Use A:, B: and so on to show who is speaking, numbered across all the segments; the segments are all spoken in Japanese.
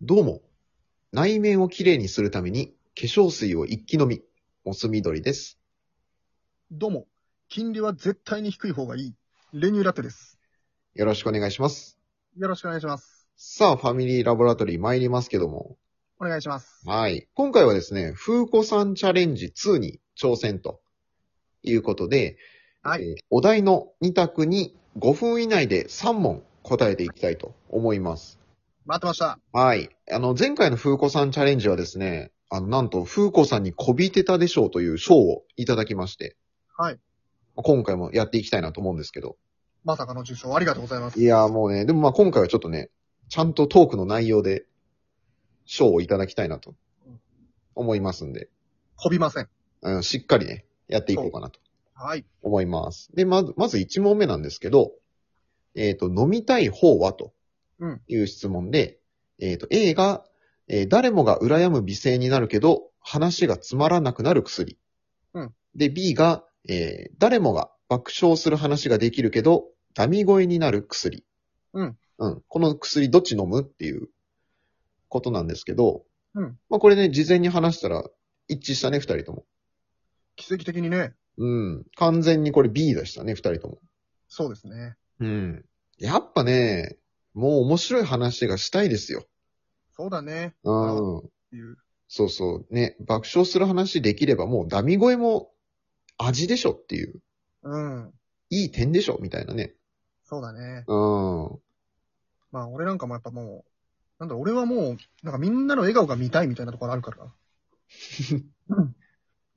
A: どうも。内面をきれいにするために、化粧水を一気飲み。モス緑です。
B: どうも。金利は絶対に低い方がいい。レニューラテです。
A: よろしくお願いします。
B: よろしくお願いします。
A: さあ、ファミリーラボラトリー参りますけども。
B: お願いします。
A: はい。今回はですね、風子さんチャレンジ2に挑戦ということで、
B: はい
A: えーお題の2択に5分以内で3問答えていきたいと思います。
B: 待ってました。
A: はい。あの、前回の風子さんチャレンジはですね、あの、なんと、風子さんにこびてたでしょうという賞をいただきまして、
B: はい。
A: 今回もやっていきたいなと思うんですけど。
B: まさかの受賞ありがとうございます。
A: いやーもうね、でもまあ今回はちょっとね、ちゃんとトークの内容で賞をいただきたいなと思いますんで、
B: こびません。
A: うん、しっかりね、やっていこうかなと
B: はい。
A: 思います。で、まず、まず1問目なんですけど、えっ、と、飲みたい方はと
B: うん
A: いう質問で、えっ、と、A が、えー誰もが羨む美声になるけど、話がつまらなくなる薬。
B: うん
A: で、B が、えー誰もが爆笑する話ができるけど、ダミ声になる薬。
B: うん。
A: うん。この薬どっち飲むっていうことなんですけど、
B: うん。
A: まあこれね、事前に話したら一致したね、二人とも。
B: 奇跡的にね、
A: うん。完全にこれ B でしたね、二人とも。
B: そうですね。
A: うん。やっぱね、もう面白い話がしたいですよ。
B: そうだね。
A: うん。
B: っていう。
A: そうそう。ね、爆笑する話できればもうダミ声も味でしょっていう、
B: うん。
A: いい点でしょみたいなね。
B: そうだね。
A: うん。
B: まあ、俺なんかもやっぱもう、なんだ、俺はもう、なんかみんなの笑顔が見たいみたいなところあるから。うん。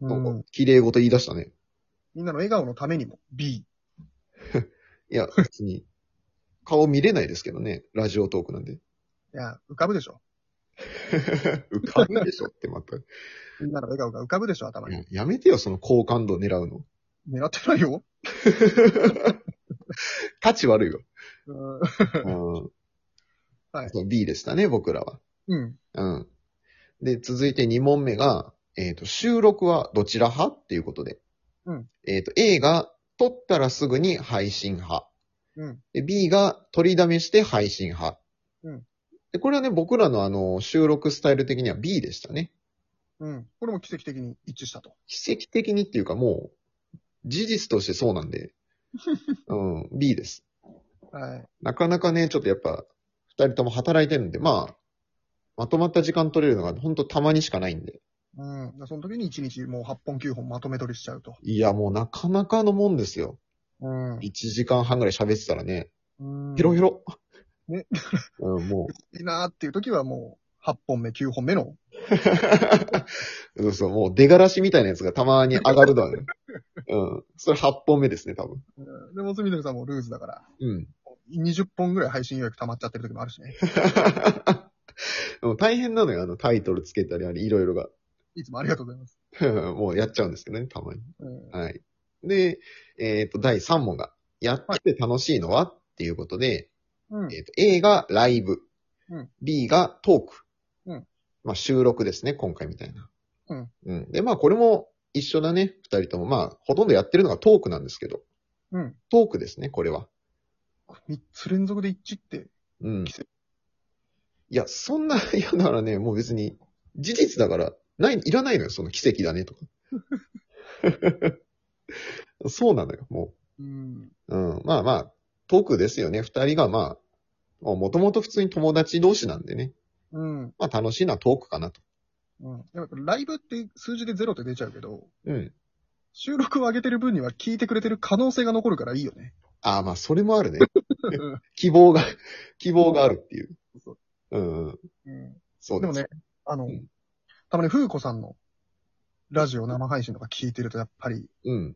A: な
B: うんん
A: か、綺麗事言い出したね。
B: みんなの笑顔のためにも B。
A: いや、別に、顔見れないですけどね、ラジオトークなんで。
B: いや、浮かぶでしょ。
A: 浮かぶでしょってまた。
B: みんなの笑顔が浮かぶでしょ、頭に。
A: ややめてよ、その好感度狙う の。
B: 狙ってないよ。
A: 価値悪いよ。
B: うん。
A: うん。
B: はい
A: そう B でしたね、僕らは。
B: うん。
A: うん。で、続いて2問目が、えっ、と、収録はどちら派っていうことで。
B: うん。
A: えっ、と、A が、撮ったらすぐに配信派。
B: うん。
A: で、B が、取りだめして配信派。
B: うん。
A: で、これはね、僕らのあの、収録スタイル的には B でしたね。
B: うん。これも奇跡的に一致したと。
A: 奇跡的にっていうかもう、事実としてそうなん で。うん、B です。
B: はい。
A: なかなかね、ちょっとやっぱ、二人とも働いてるんで、まあ、まとまった時間取れるのが、ほんとたまにしかないんで。
B: うん。その時に1日もう8本9本まとめ取りしちゃうと。
A: いや、もうなかなかのもんですよ。
B: うん。
A: 1時間半ぐらい喋ってたらね、
B: うん
A: ヘロヘロ。
B: ね
A: うん、 も
B: いいなーっていう時はもう8本目9本目の。
A: う、そうそう、もう出がらしみたいなやつがたまに上がるだね。うん。それ8本目ですね、多分。
B: うんで、もつみどりさんもルーズだから、
A: うん。
B: 20本ぐらい配信予約溜まっちゃってる時もあるしね。
A: でも大変なのよ、あのタイトルつけたり、あれ、いろいろが。
B: いつもありがとうございます。
A: もうやっちゃうんですけどね、たまに。
B: うん。
A: はい。で、えっ、と、第3問が、やってて楽しいのは、っていうことで、
B: うん。
A: えっ、と、A がライブ、
B: うん、
A: B がトーク、
B: うん、
A: まあ収録ですね、今回みたいな。
B: うん。
A: うん。で、まあこれも一緒だね、二人とも。まあ、ほとんどやってるのがトークなんですけど、
B: うん。
A: トークですね、これは。
B: 3つ連続で一致って、
A: うん。いや、そんな、 いや、だからね、もう別に、事実だから、ない、いらないのよ、その奇跡だね、とか。 そうなのよ、もう。
B: うん。
A: うん、まあまあ、トークですよね。二人がまあ、もともと普通に友達同士なんでね。
B: うん。
A: まあ楽しいのはトークかなと。
B: うん。やっぱライブって数字で0って出ちゃうけど、
A: うん。
B: 収録を上げてる分には聞いてくれてる可能性が残るからいいよね。
A: ああ、まあそれもあるね。
B: うん
A: 希望が、 希望があるっていう。うんうん。
B: うん。
A: そうで
B: でも
A: す。
B: ね、あの、
A: うん
B: たまに風子さんのラジオ生配信とか聞いてるとやっぱり
A: うん。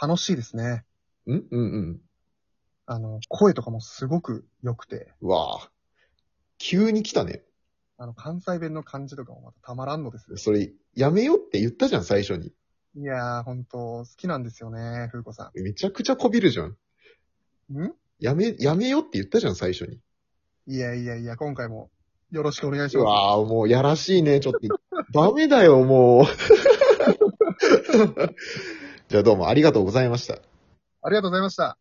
B: 楽しいですね。
A: うんうんうん。
B: あの、声とかもすごく良くて、
A: うわあ。急に来たね。
B: あの、関西弁の感じとかもまたたまらんのですよ。
A: それ、やめようって言ったじゃん、最初に。
B: いやー、ほんと、好きなんですよね、風子さ
A: めちゃくちゃこびるじゃん。
B: ん。ん
A: やめ、やめようって言ったじゃん、最初に。
B: いやいやいや、今回もよろしくお願いし
A: う
B: ま
A: わあ、もうやらしいね、ちょっと。 ダメだよ、もう。 じゃあどうもありがとうございました。
B: す。ありがとうございました。